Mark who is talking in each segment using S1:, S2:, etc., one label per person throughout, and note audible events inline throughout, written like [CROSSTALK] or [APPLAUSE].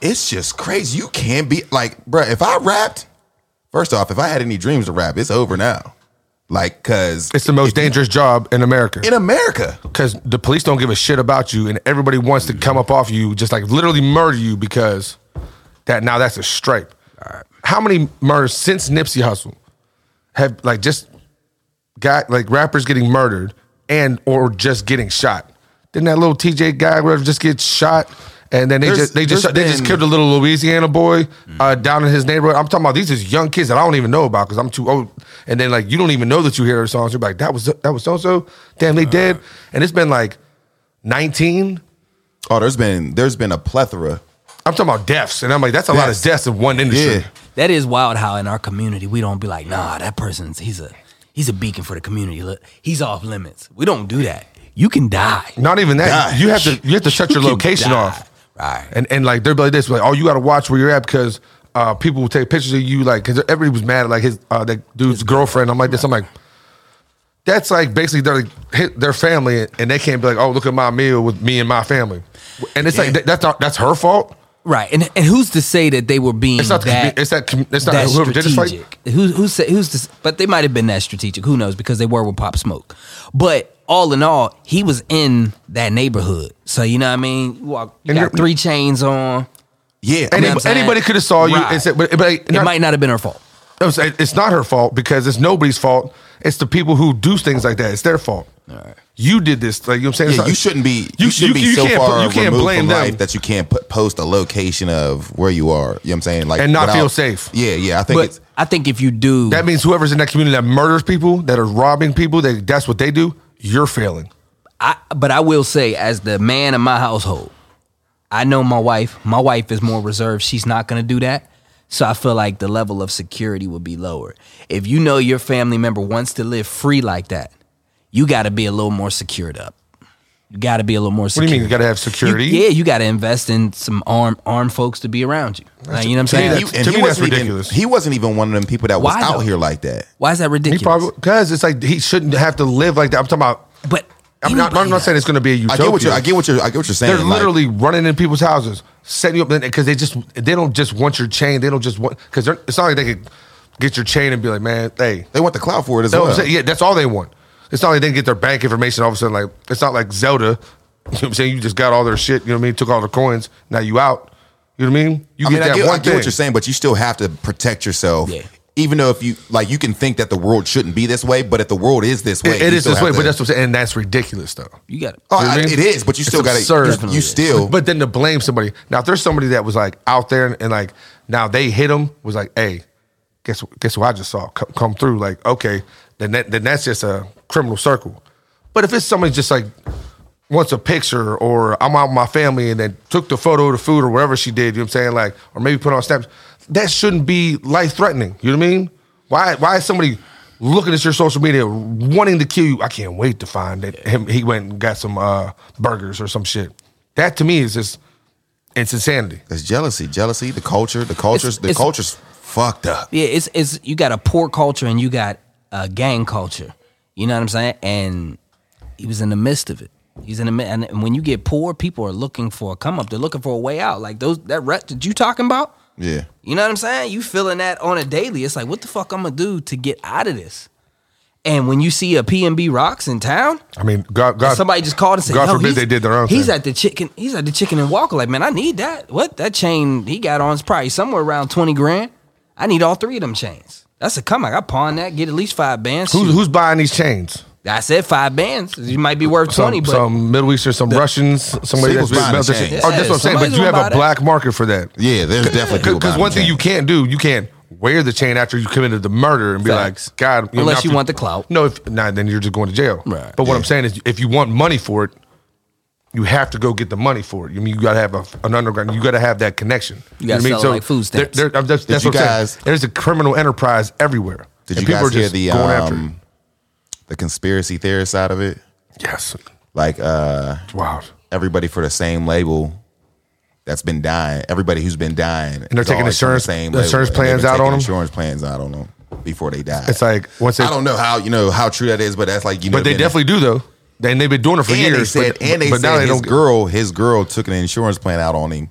S1: it's just crazy. You can't be like, bruh, If I rapped, first off, if I had any dreams to rap, it's over now. Like, cause
S2: It's the most dangerous job in America
S1: in America,
S2: because the police don't give a shit about you, and everybody wants to come up off you, just like literally murder you because that now that's a stripe. How many murders since Nipsey Hussle have like just got like rappers getting murdered and or just getting shot? Didn't that little TJ guy whatever just get shot? And then they
S1: There's-
S2: just they just
S1: there's
S2: they just
S1: been-
S2: killed a little Louisiana boy uh, down in his neighborhood. I'm talking about these is young kids that I don't even know about because I'm too old. And then like you don't even know that you hear their songs. You're like that was that was so and so. Damn, they dead. And it's been like 19.
S1: oh, there's been there's been a plethora.
S2: I'm talking about deaths, and I'm like that's a lot of
S1: Deaths.
S2: deaths in one industry.
S1: Yeah.
S3: That is wild how in our community we don't be like, nah, that person's he's a he's a beacon for the community. Look, he's off limits. We don't do that. You can die.
S2: Not even that.
S1: Die.
S2: You have to you have to shut your
S3: You can
S2: location
S3: die.
S2: off.
S3: Right.
S2: And and like they're like this, like oh you got to watch where you're at because uh, people will take pictures of you like because everybody was mad at like his uh, that dude's girlfriend. I'm like this. I'm like that's like basically their hit their family and they can't be like oh look at my meal with me and my family. And it's like that, that's not that's her fault.
S3: Right. And and who's to say that they were being
S2: It's not the
S3: that
S2: commu- it's that commu- it's not
S3: that
S2: whoever did this fight.
S3: strategic? Who who said who's to, s- but they might have been that strategic. Who knows? Because they were with Pop Smoke. But all in all, he was in that neighborhood. So you know what I mean? You walk you
S2: And
S3: got
S2: you're-
S3: three chains on.
S1: Yeah,
S2: Any-
S3: know what I'm saying?
S2: anybody could have saw you
S3: Right.
S2: and said, but, but like,
S3: It
S2: not-
S3: might not have been her fault.
S2: I'm saying it's not her fault because it's nobody's fault. It's the people who do things like that. It's their fault. You did this. Like you know what I'm saying? It's
S1: Yeah,
S2: not-
S1: you shouldn't be. You, should be so
S2: can't-
S1: far removed from
S2: them.
S1: life that you can't put, post a location of where you are. You know what I'm saying? Like
S2: And not feel safe.
S1: Yeah, yeah. I think
S3: But
S1: it's
S3: I think if you do
S2: That means whoever's in that community that murders people, that are robbing people, that that's what they do. You're failing.
S3: I but I will say, as the man in my household, I know my wife. My wife is more reserved. She's not gonna do that. So I feel like the level of security would be lower. If you know your family member wants to live free like that, you gotta be a little more secured up. You gotta be a little more
S2: What do
S3: secure.
S2: you mean? You got to have
S3: You-
S2: security.
S3: yeah, you gotta invest in some armed armed folks to be around you. Like, you know what I'm
S2: To me,
S3: saying?
S2: that's- to me, that's
S1: wasn't even-
S2: ridiculous.
S1: he wasn't even one of them people that was
S3: Why,
S1: out
S3: though?
S1: here like that.
S3: Why is that
S2: He
S3: ridiculous?
S2: probably because it's like he shouldn't have to live like that. I'm talking about.
S3: but
S2: I'm not, I'm
S3: anybody
S2: not saying it's going to be a
S1: I
S2: utopia.
S1: get what you're. I get what you're. I get what you're saying.
S2: They're
S1: like,
S2: literally running in people's houses, setting you up because they just they don't just want your chain. They don't just want because it's not like they could get your chain and be like, man, hey,
S1: they want the clout for it as
S2: That's what
S1: well.
S2: I'm saying. Yeah, that's all they want. It's not like they get their bank information all of a sudden. Like it's not like Zelda. [LAUGHS] You know what I'm saying? You just got all their shit. You know what I mean? Took all their coins. Now you out. You know what I mean? You
S1: I mean, I get, I get
S2: thing.
S1: what you're saying, but you still have to protect yourself.
S3: Yeah.
S1: Even though if you like, you can think that the world shouldn't be this way, but if the world is this way,
S2: It- it
S1: you
S2: is
S1: still
S2: this way,
S1: have
S2: but
S1: to-
S2: that's what I'm saying. And that's ridiculous though.
S3: you gotta
S1: Oh,
S2: You know
S1: I-
S2: what I mean?
S1: it is, but you
S2: It's
S1: still got
S2: absurd.
S1: to.
S3: Definitely
S1: You
S3: is.
S1: still.
S2: But then to blame somebody. Now if there's somebody that was like out there and, and, like now they hit him was like, hey, guess wh- guess who I just saw come, come through? Like okay, then that, then that's just a criminal circle. But if it's somebody just like wants a picture or I'm out with my family and then took the photo of the food or whatever she did, you know what I'm saying? Like or maybe put on snaps. That shouldn't be life threatening. You know what I mean? Why why is somebody looking at your social media wanting to kill you? I can't wait to find that him he went and got some uh, burgers or some shit. That to me is just it's insanity.
S1: It's jealousy, jealousy. The culture, the cultures, the
S3: it's-
S1: cultures fucked up.
S3: Yeah, it's it's you got a poor culture and you got a gang culture. You know what I'm saying? And he was in the midst of it. He's in the mid, and when you get poor, people are looking for a come up. They're looking for a way out. Like those that rut that you talking about.
S1: Yeah.
S3: You know what I'm saying? You feeling that on a daily. It's like what the fuck I'm gonna do to get out of this? And when you see a PNB rocks in town,
S2: I mean, God, God
S3: somebody just called and said,
S2: God
S3: "Yo,
S2: forbid
S3: he's-
S2: they did their own
S3: He's
S2: thing.
S3: at the chicken. He's at the chicken and walker. Like, man, I need that. What that chain he got on is probably somewhere around twenty grand. I need all three of them chains. That's a comeback. I pawn that. Get at least five bands.
S2: who's,
S3: Shoot.
S2: who's buying these chains?
S3: I said five bands. You might be worth
S2: Some,
S3: twenty, but
S2: some Middle Eastern, some Russians, somebody that's
S1: People's buying
S2: built
S1: the
S2: their shit.
S1: chains.
S2: Oh, that's what I'm saying. But
S3: Somebody's
S2: you have
S3: gonna
S2: a
S3: buy that.
S2: black market for that.
S1: Yeah, there's definitely people
S2: Because
S1: buying
S2: one
S1: the
S2: thing
S1: chain.
S2: you can't do, you can't wear the chain after you committed the murder and be
S3: Facts.
S2: like, God. know,
S3: Unless
S2: if
S3: you want the clout.
S2: No, if nah, then you're just going to jail.
S3: Right.
S2: But what I'm saying is, if you want money for it, you have to go get the money for it. You mean you got to have a, an underground. You got to have that connection.
S3: You gotta
S2: know what
S3: sell it like food
S2: there-
S3: stamps.
S2: there- I'm just- that's
S1: you
S2: what I'm saying.
S1: guys-
S2: There's a criminal enterprise everywhere.
S1: Did
S2: And
S1: you
S2: people
S1: guys
S2: are
S1: hear
S2: just
S1: the
S2: going after
S1: um, the conspiracy theorist side of it?
S2: it. Yes.
S1: Like uh,
S2: It's wild.
S1: everybody for the same label that's been dying. Everybody who's been dying, and
S2: they're taking insurance- insurance plans out on 'em?
S1: Insurance plans out on them before they die.
S2: It's like once they,
S1: I don't know how you know how true that is, but that's like you know.
S2: but they
S1: been-
S2: definitely do though. And they've been doing it for
S1: and
S2: years.
S1: They said,
S2: but,
S1: and they
S2: but
S1: said
S2: now they
S1: his
S2: don't.
S1: girl, his girl took an insurance plan out on him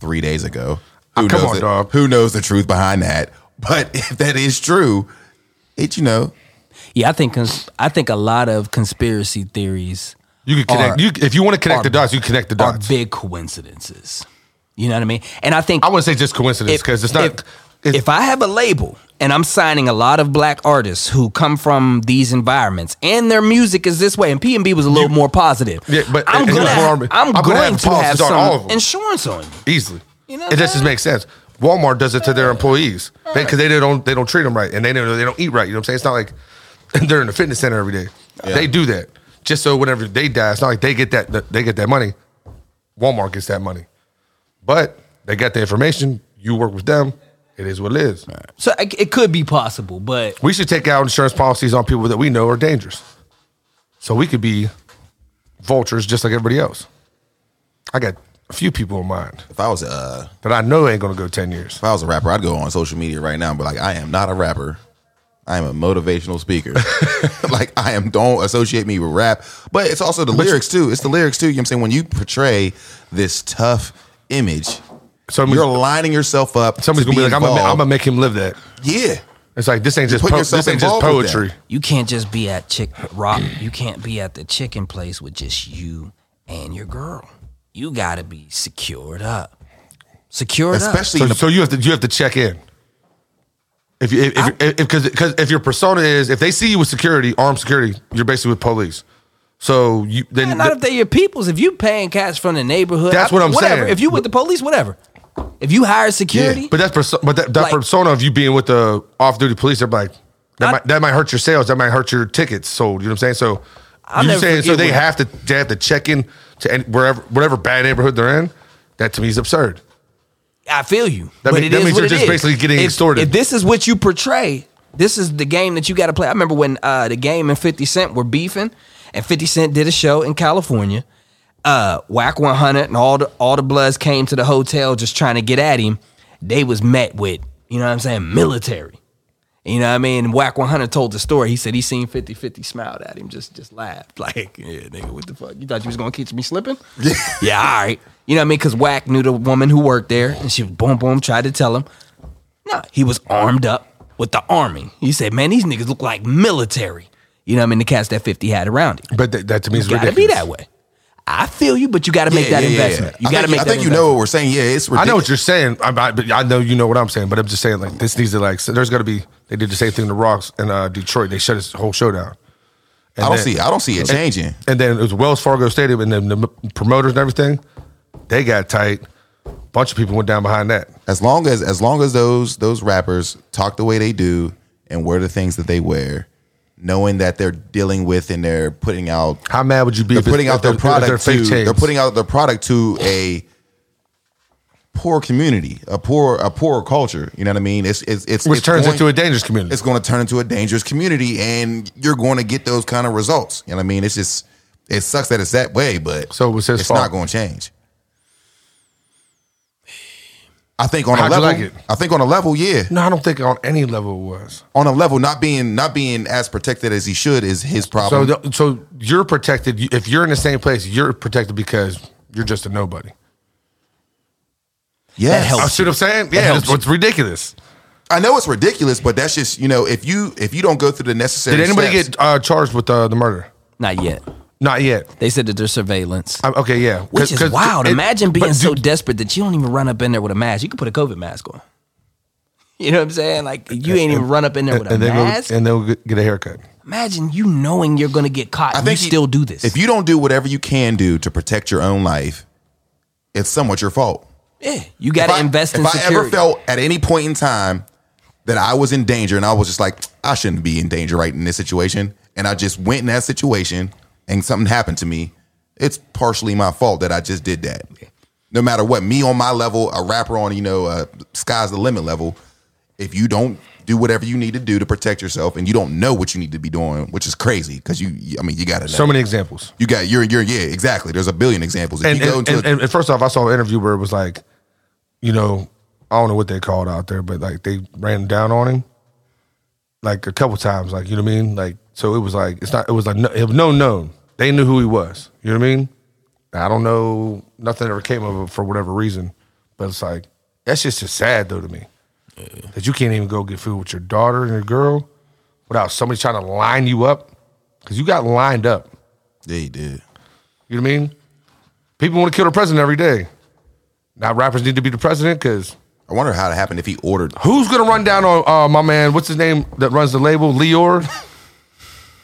S1: three days ago.
S2: Ah, come
S1: knows
S2: on,
S1: the,
S2: dog.
S1: Who knows the truth behind that? But [LAUGHS] if that is true, it you know
S3: Yeah, I think cons- I think a lot of conspiracy theories
S2: You can connect.
S3: Are-
S2: you, if you want to connect
S3: are-
S2: the dots, you connect the
S3: are
S2: dots.
S3: big coincidences. You know what I mean? And I think
S2: I wouldn't say just coincidence because it's not.
S3: If,
S2: it's,
S3: if I have a label and I'm signing a lot of black artists who come from these environments and their music is this way, and P and B was a little more positive.
S2: Yeah, but-
S3: I'm
S2: and he
S3: gonna,
S2: was
S3: have,
S2: more-
S3: I'm,
S2: I'm gonna
S3: going
S2: have
S3: to
S2: policies
S3: have
S2: on
S3: some
S2: all of 'em.
S3: insurance on you.
S2: easily.
S3: You know
S2: it just
S3: what I'm
S2: makes sense. Walmart does it to their employees because they don't they don't treat them right and they don't they don't eat right. You know what I'm saying? It's not like [LAUGHS] they're in the fitness center every day. They do that just so whenever they die, it's not like they get that they get that money. Walmart gets that money, but they got the information. You work with them. It is what it is.
S3: So I, it could be possible, but
S2: We should take out insurance policies on people that we know are dangerous, so we could be vultures just like everybody else. I got a few people in mind
S1: if I was uh
S2: that I know ain't gonna go ten years.
S1: if I was a rapper, I'd go on social media right now and be like, I am not a rapper. I am a motivational speaker. [LAUGHS] like I am don't associate me with rap. But it's also the lyrics too. It's the lyrics too. You know what I'm saying? When you portray this tough image,
S2: So
S1: you're lining yourself up.
S2: Somebody's
S1: to
S2: gonna be, like, I'm gonna,
S1: involved.
S2: I'm gonna make him live that.
S1: Yeah.
S2: It's like this ain't just
S1: put
S2: po-
S1: yourself
S2: this ain't just
S1: involved with
S2: poetry.
S1: that.
S3: you can't just be at Chick Rock. You can't be at the chicken place with just you and your girl. You gotta be secured up. Secured up.
S1: Especially
S2: So, so you have to you have to check in. If you if because if, because if your persona is if they see you with security armed security, you're basically with police. So you then
S3: Yeah, not if they're your peoples. If you paying cash from the neighborhood,
S2: That's what I'm
S3: whatever.
S2: saying.
S3: If you with the police, whatever. If you hire security,
S2: but that's perso- but that, that
S3: Like-
S2: persona of you being with the off duty police, they're like that,
S3: I-
S2: might, that might hurt your sales, that might hurt your tickets sold. You know what I'm saying? So
S3: I'll
S2: you
S3: never
S2: saying so
S3: forget
S2: they
S3: when-
S2: have to they have to check in to any, wherever whatever bad neighborhood they're in. That to me is absurd.
S3: I feel you.
S2: That
S3: but
S2: mean-
S3: it
S2: that
S3: is
S2: means
S3: what
S2: you're
S3: it
S2: just
S3: is.
S2: basically getting
S3: if,
S2: extorted.
S3: If this is what you portray, this is the game that you got to play. I remember when uh, the game and Fifty Cent were beefing, and Fifty Cent did a show in California. Uh, Whack One Hundred and all the all the Bloods came to the hotel just trying to get at him. They was met with you know what I'm saying military. You know what I mean? Whack 100 told the story. He said he seen 50 50 smiled at him, just just laughed. [LAUGHS] Like, yeah, nigga, what the fuck? You thought you was gonna catch me slipping? [LAUGHS] yeah, all right. You know what I mean? Cause Whack knew the woman who worked there and she was boom boom, tried to tell him. No, he was armed up with the army. He said, Man, these niggas look like military. You know what I mean? The cats that 50 had around him.
S2: But that, that to me is
S3: You gotta
S2: ridiculous.
S3: be that way. I feel you, but you gotta make
S1: Yeah,
S3: that
S1: yeah, yeah, yeah.
S3: investment. You
S1: I
S3: gotta
S1: think,
S3: make
S1: I
S3: that
S1: think you know what we're saying. Yeah, it's ridiculous.
S2: I know what you're saying. I, I, but I know you know what I'm saying, but I'm just saying like this needs to like so there's got to be they did the same thing to Rocks in uh, Detroit. They shut his whole show down. And
S1: I don't
S2: then-
S1: see. I don't see it changing.
S2: And then it was Wells Fargo Stadium, and then the m- promoters and everything, they got tight. Bunch of people went down behind that.
S1: As long as as long as those those rappers talk the way they do and wear the things that they wear, knowing that they're dealing with and they're putting out
S2: How mad would you be?
S1: they're
S2: if it's-
S1: putting
S2: if
S1: out their
S2: they're- if they're
S1: product to
S2: fake
S1: they're
S2: chains?
S1: putting out their product to a poor community, a poor a poor culture. You know what I mean? It's it's it's
S2: which
S1: it's
S2: turns
S1: going-
S2: into a dangerous community.
S1: It's going to turn into a dangerous community, and you're going to get those kind of results. You know what I mean? It's just it sucks that it's that way, but
S2: So it was his
S1: it's
S2: fault.
S1: not going to change. I think on
S2: How'd
S1: a
S2: you
S1: level,
S2: like it?
S1: I think on a level, yeah,
S2: No, I don't think on any level it was.
S1: on a level, not being not being as protected as he should is his
S2: So,
S1: problem.
S2: the, so you're protected. You- If you're in the same place, you're protected because you're just a nobody.
S1: yes.
S3: That helps.
S2: I see what I'm saying? Yeah,
S3: helps
S2: it's, it's ridiculous.
S1: I know it's ridiculous, but that's just you know if you if you don't go through the necessary.
S2: Did anybody
S1: steps-
S2: get uh, charged with uh, the murder?
S3: Not yet.
S2: Not yet.
S3: They said that there's surveillance.
S2: i okay, yeah. 'Cause-
S3: Which is
S2: 'cause
S3: wild.
S2: it-
S3: Imagine
S2: but
S3: being so
S2: do-
S3: desperate that you don't even run up in there with a mask. You could put a COVID mask on. [LAUGHS] You know what I'm saying? Like you ain't even run up in there with a
S2: and then
S3: mask.
S2: go, and they'll get get a haircut.
S3: Imagine you knowing you're gonna get caught.
S1: I
S3: and you
S1: think he-
S3: still do this.
S1: If you don't do whatever you can do to protect your own life, it's somewhat your fault.
S3: yeah, you got to
S1: If I-
S3: invest
S1: if
S3: in
S1: I
S3: security.
S1: ever felt at any point in time that I was in danger and I was just like, I shouldn't be in danger right in this situation, and I just went in that situation and something happened to me, it's partially my fault that I just did that. No matter what, me on my level, a rapper on you know, uh, sky's the limit level. If you don't do whatever you need to do to protect yourself, and you don't know what you need to be doing, which is crazy because you, I mean, you got to know.
S2: So many examples.
S1: You got you're you're yeah exactly. There's a billion examples. If
S2: And
S1: you go
S2: and,
S1: into
S2: and,
S1: a-
S2: and, and first off, I saw an interview where it was like, you know, I don't know what they called out there, but like they ran down on him, like a couple times, like you know what I mean. Like so, it was like it's not. It was like no, it was no known. They knew who he was. You know what I mean? I don't know. Nothing ever came of it for whatever reason. But it's like that's just just sad though to me that you can't even go get food with your daughter and your girl without somebody trying to line you up because you got lined up.
S1: Yeah, he did.
S2: You know what I mean? People want to kill the president every day. Now rappers need to be the president because
S1: I wonder how it happened if he ordered.
S2: who's gonna run down on uh, my man? What's his name that runs the label? Leor.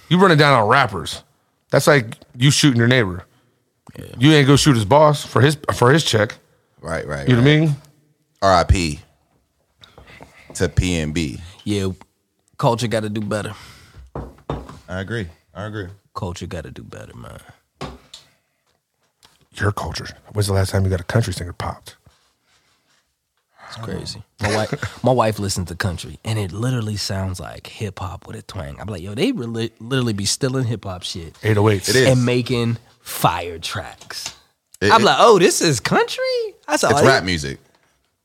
S2: you running down on rappers? That's like you shooting your neighbor. You ain't go shoot his boss for his for his check.
S1: Right, right.
S2: You know what I mean?
S1: I mean? RIP to PNB.
S3: Yeah, culture got to do better.
S1: I agree. I agree.
S3: Culture got to do better, man.
S2: Your culture. When's the last time you got a country singer popped?
S3: It's crazy. My wife, my wife listens to country, and it literally sounds like hip hop with a twang. I'm like, yo, they really, literally be stealing hip hop shit
S2: 808.
S1: It is.
S3: and making fire tracks.
S1: It-
S3: I'm
S1: it-
S3: like, oh, this is country. I saw
S2: Oh,
S1: It's
S3: it.
S1: rap music.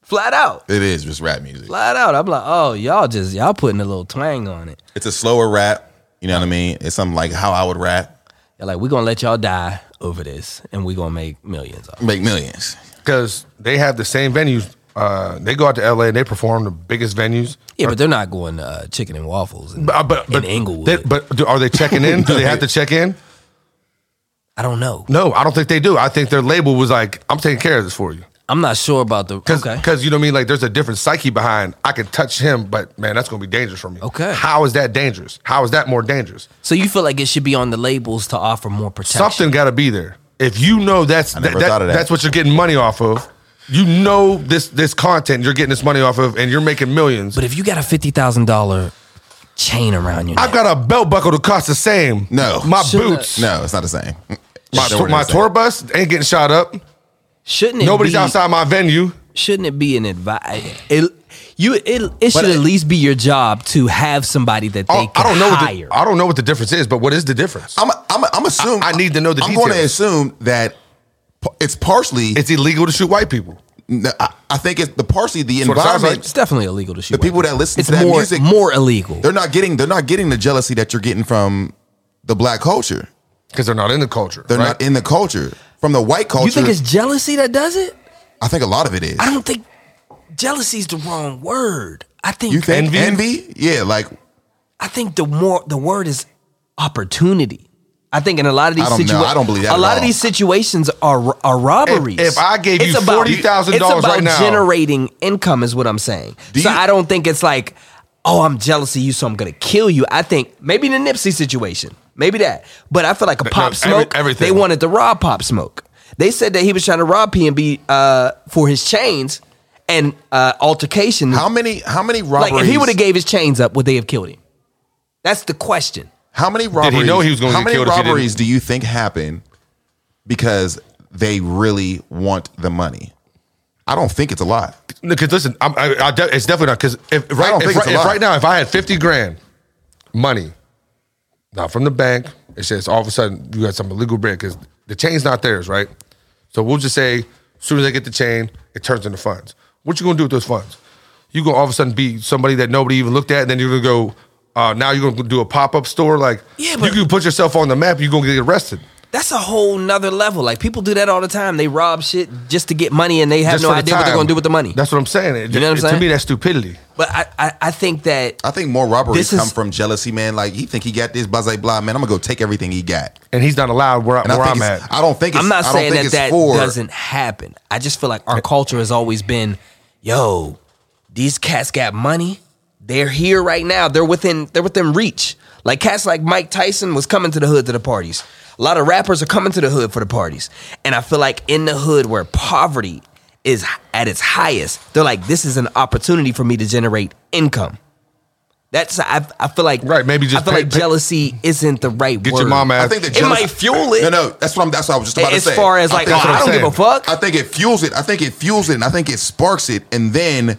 S3: flat out,
S1: It is just rap music.
S3: flat out. I'm like, oh, y'all just y'all putting a little twang on it.
S1: It's a slower rap. You know what I mean? It's something like how I would rap,
S3: They're like, we're gonna let y'all die over this, and we're gonna make millions off. it."
S1: make millions.
S2: Because they have the same venues. Uh, they go out to LA and they perform the biggest venues.
S3: Yeah, but they're not going to uh, chicken and waffles in,
S2: But, but, but,
S3: in Inglewood.
S2: they- but do- are they checking in? Do they have to check in?
S3: I don't know.
S2: No, I don't think they do. I think their label was like, I'm taking care of this for you.
S3: I'm not sure about the
S2: Cause,
S3: okay.
S2: 'cause you know what I mean? Like there's a different psyche behind I can touch him, but man, that's gonna be dangerous for me.
S3: Okay.
S2: How is that dangerous? How is that more dangerous?
S3: So you feel like it should be on the labels to offer more protection.
S2: Something gotta be there. If you know that's that,
S1: never
S2: that-
S1: thought of that.
S2: that's what you're getting money off of, you know this this content you're getting this money off of and you're making millions.
S3: But if you got a fifty thousand dollar chain around your neck,
S2: I've got a belt buckle that costs the same.
S1: No.
S2: My
S3: Shouldn't
S2: boots.
S1: No, it's not the same.
S2: My,
S1: It's nowhere
S2: my
S1: the same.
S2: tour bus ain't getting shot up.
S3: shouldn't it
S2: Nobody's
S3: be,
S2: outside my venue.
S3: Shouldn't it be an advice? It, you it, it should at
S1: it-
S3: least be your job to have somebody that they
S2: I,
S3: can
S2: Oh, I don't know. What
S3: hire.
S2: the, I don't know what the difference is, but what is the difference?
S1: I'm I'm I'm assume
S2: I- I need to know the
S1: I'm going to
S2: details.
S1: assume that p- it's partially.
S2: it's illegal to shoot white people.
S1: no, I, I think it's the partially the
S2: what it sounds
S1: environment.
S3: it's definitely illegal to shoot.
S1: The people
S3: white
S1: that listen
S3: it's
S1: to that
S3: more,
S1: music-
S3: more illegal.
S1: They're not getting they're not getting the jealousy that you're getting from the black culture.
S2: Because they're not in the culture.
S1: They're
S2: right?
S1: not in the culture from the white culture.
S3: You think it's jealousy that does it?
S1: I think a lot of it is.
S3: I don't think jealousy's the wrong word. I think,
S1: You think
S2: Envy?
S1: envy? Yeah, like
S3: I think the more the word is opportunity. I think in a lot of these
S1: I don't know.
S3: situations,
S1: I don't believe
S3: A
S1: that at
S3: lot of
S1: all.
S3: these situations are are robberies.
S2: If- if I gave you
S3: about-
S2: $40,000
S3: it's about
S2: right now-
S3: generating income is what I'm saying.
S1: Do
S3: so
S1: you-
S3: I don't think it's like, oh, I'm jealous of you, so I'm gonna kill you. I think maybe the Nipsey situation, maybe that. But I feel like a Pop
S2: every-
S3: Smoke.
S2: everything.
S3: They wanted to rob Pop Smoke. They said that he was trying to rob PNB uh, for his chains and uh, altercation.
S1: how many how many robberies?
S3: like if he would have gave his chains up, would they have killed him? That's the question.
S1: How many robberies?
S2: know he was gonna
S1: how
S2: get
S1: many
S2: killed if he didn't?
S1: robberies do you think happen because they really want the money? I don't think it's a lot.
S2: Because listen, I'm, I, I de- it's definitely not. Because if right,
S1: don't
S2: if,
S1: think
S2: right,
S1: it's a
S2: if
S1: lot.
S2: right now, if I had fifty grand, money, not from the bank, it says all of a sudden you got some illegal bread because the chain's not theirs, right? So we'll just say, as soon as they get the chain, it turns into funds. What you gonna do with those funds? You gonna all of a sudden be somebody that nobody even looked at, and then you're gonna go. Uh, now you're gonna do a pop up store. Like
S3: Yeah, but-
S2: you can put yourself on the map. You're gonna get arrested.
S3: That's a whole nother level. Like people do that all the time. They rob shit just to get money, and they have
S2: Just
S3: no
S2: for the
S3: idea what they're
S2: time.
S3: going to do with the money.
S2: That's what I'm saying. It-
S3: You know what I'm
S2: it-
S3: saying?
S2: To me, that's stupidity.
S3: but I, I, I think that
S1: I think more robberies
S3: This is-
S1: come from jealousy, man. Like he think he got this, blah blah blah. Man, I'm gonna go take everything he got.
S2: And he's not allowed where,
S1: And
S2: where
S1: I
S2: I'm
S1: think it's-
S2: at.
S1: I don't think it's,
S3: I'm not
S1: I don't
S3: saying
S1: think
S3: that
S1: it's
S3: that
S1: for,
S3: doesn't happen. I just feel like our culture has always been, yo, these cats got money. They're here right now. They're within they're within reach. Like cats like Mike Tyson was coming to the hood to the parties. A lot of rappers are coming to the hood for the parties. And I feel like in the hood where poverty is at its highest, they're like, this is an opportunity for me to generate income. That's I, I feel like
S2: Right, maybe just
S3: I feel
S2: pay-
S3: like
S2: pay-
S3: jealousy isn't the right
S2: Get
S3: word.
S2: your mama out.
S1: I think the
S3: It
S1: jealous-
S3: might fuel it.
S1: No, no, that's what I'm. That's what I was just about
S3: as
S1: to say.
S3: far as
S1: I
S3: like,
S1: think-
S3: oh,
S2: that's what I'm
S3: I don't give a
S2: saying.
S3: fuck.
S1: I think it fuels it. I think it fuels it, and I think it sparks it. And then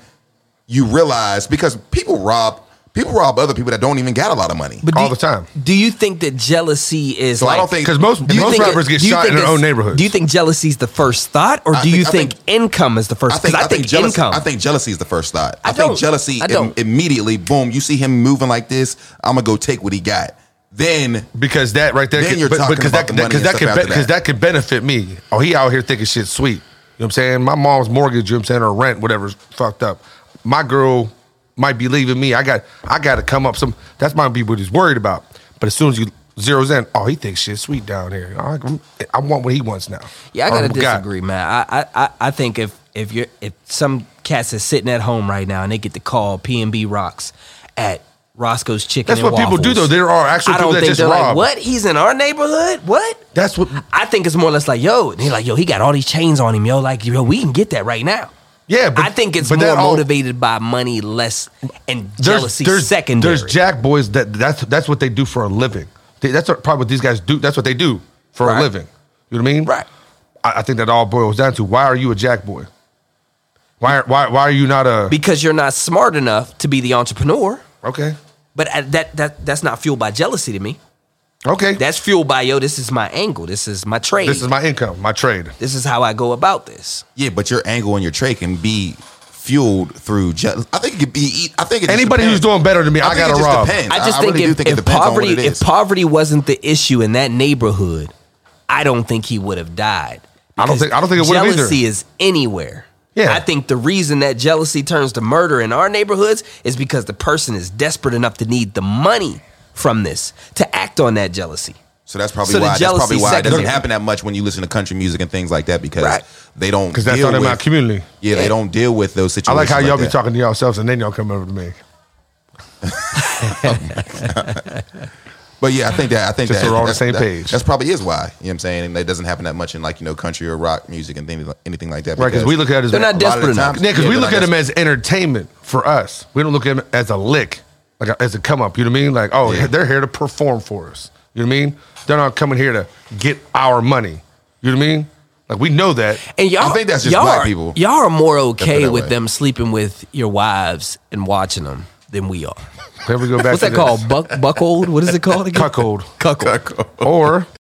S1: you realize because people rob people rob other people that don't even got a lot of money.
S3: But
S2: All
S3: do-
S2: the time.
S3: Do you think that jealousy is
S1: So I
S3: like?
S1: don't think-
S2: Because most
S1: Do you
S2: most
S3: think
S2: rappers
S3: it-
S2: get
S3: do you
S2: shot
S3: think
S2: in their
S3: it's-
S2: own neighborhoods.
S3: Do you think jealousy is the first thought, or do
S1: I
S3: you
S1: think- I
S3: think, income is the first?
S1: I think,
S3: 'Cause
S1: I think jealousy.
S3: income.
S1: I think jealousy is the first thought.
S3: I
S1: I, think
S3: don't-
S1: jealousy.
S3: I
S1: im-
S3: don't.
S1: immediately, boom. You see him moving like this. I'm gonna go take what he got. Then
S2: because that right there,
S1: Then
S2: could-
S1: you're talking
S2: because
S1: about
S2: that
S1: the money
S2: because
S1: and
S2: that
S1: stuff
S2: could
S1: after
S2: because
S1: that.
S2: that could benefit me. Oh, he out here thinking shit's sweet. You know what I'm saying? My mom's mortgage, you know what I'm saying, or rent, whatever's fucked up. My girl might be leaving me. I got I gotta come up some that's might be what he's worried about. But as soon as you zeroes in, oh, he thinks shit's sweet down here. I, I want what he wants now.
S3: Yeah, I
S2: Or
S3: gotta
S2: Oh, God.
S3: disagree, man. I, I, I, I think if if you're if some cats is sitting at home right now and they get the call P and B rocks at Roscoe's Chicken.
S2: That's
S3: and
S2: what people do,
S3: Waffles,
S2: though. There are actual
S3: I
S2: people
S3: don't
S2: that
S3: think
S2: just
S3: they're like,
S2: rob.
S3: what? He's in our neighborhood? What?
S2: That's what
S3: I think it's more or less like, yo, and he like, yo, he got all these chains on him, yo. Like, yo, we can get that right now.
S2: Yeah, but
S3: I think it's
S2: but
S3: more
S2: that all-
S3: motivated by money, less and jealousy secondary.
S2: There's jack boys that that's that's what they do for a living. They- That's what, probably what these guys do. That's what they do for
S3: Right.
S2: a living. You know what I mean?
S3: Right.
S2: I, I think that all boils down to why are you a jack boy? Why are- why why are you not a
S3: because you're not smart enough to be the entrepreneur.
S2: okay?
S3: But uh, that that that's not fueled by jealousy to me.
S2: Okay,
S3: That's fueled by yo. This is my angle. This is my trade.
S2: this is my income, my trade.
S3: this is how I go about this.
S1: Yeah, but your angle and your trait can be fueled through. Je- I think it could be. e- I think it just
S2: Anybody who's
S1: depends.
S2: doing better than me, I,
S1: think
S2: gotta
S1: it just
S2: rob.
S1: depends.
S3: I just think,
S1: really do
S3: if, if
S1: depends on what
S3: poverty
S1: it
S3: if
S1: is.
S3: poverty wasn't the issue in that neighborhood, I don't think he would have died.
S2: I don't
S3: Because
S2: think- I don't think it would have either.
S3: jealousy is anywhere.
S2: Yeah.
S3: I think the reason that jealousy turns to murder in our neighborhoods is because the person is desperate enough to need the money from this to act on that jealousy.
S1: So that's probably
S3: So the
S1: why. That's probably
S3: jealousy
S1: why it doesn't
S3: secondary.
S1: happen that much when you listen to country music and things like that because
S3: Right.
S1: they don't.
S2: 'Cause that's
S1: deal
S2: not in my
S1: with-
S2: community.
S1: Yeah,
S3: Yeah.
S1: they don't deal with those
S2: I
S1: situations.
S2: like how y'all be
S1: that.
S2: talking to yourselves and then y'all come over to me.
S1: But yeah, I think that I think
S2: Just
S1: that
S2: so we're all on the
S1: that's-
S2: same
S1: that-
S2: page.
S1: That's probably is why you know what I'm saying, and that doesn't happen that much in like you know country or rock music and things, anything like that.
S2: Right, because we look at it as
S3: They're not
S1: a lot of
S3: desperate
S1: the
S3: enough.
S1: times-
S2: Yeah, because
S1: Yeah,
S2: we
S1: they're
S2: look
S1: not
S2: at him
S1: desperate.
S2: as entertainment for us. We don't look at him as a lick, like a, as a come up. You know what I mean? Like, oh,
S1: Yeah.
S2: they're here to perform for us. You know what I mean? They're not coming here to get our money. You know what I mean? Like we know that.
S3: And y'all,
S1: I think that's just
S3: y'all
S1: black
S3: are,
S1: people.
S3: Y'all are more
S1: put it
S3: okay
S1: that
S3: with
S1: way.
S3: them sleeping with your wives and watching them than we are.
S2: Here we go back.
S3: What's
S2: to
S3: that
S2: this.
S3: called? Buck buckold? What is it called again?
S2: Cuckold.
S3: Cuckold.
S2: Or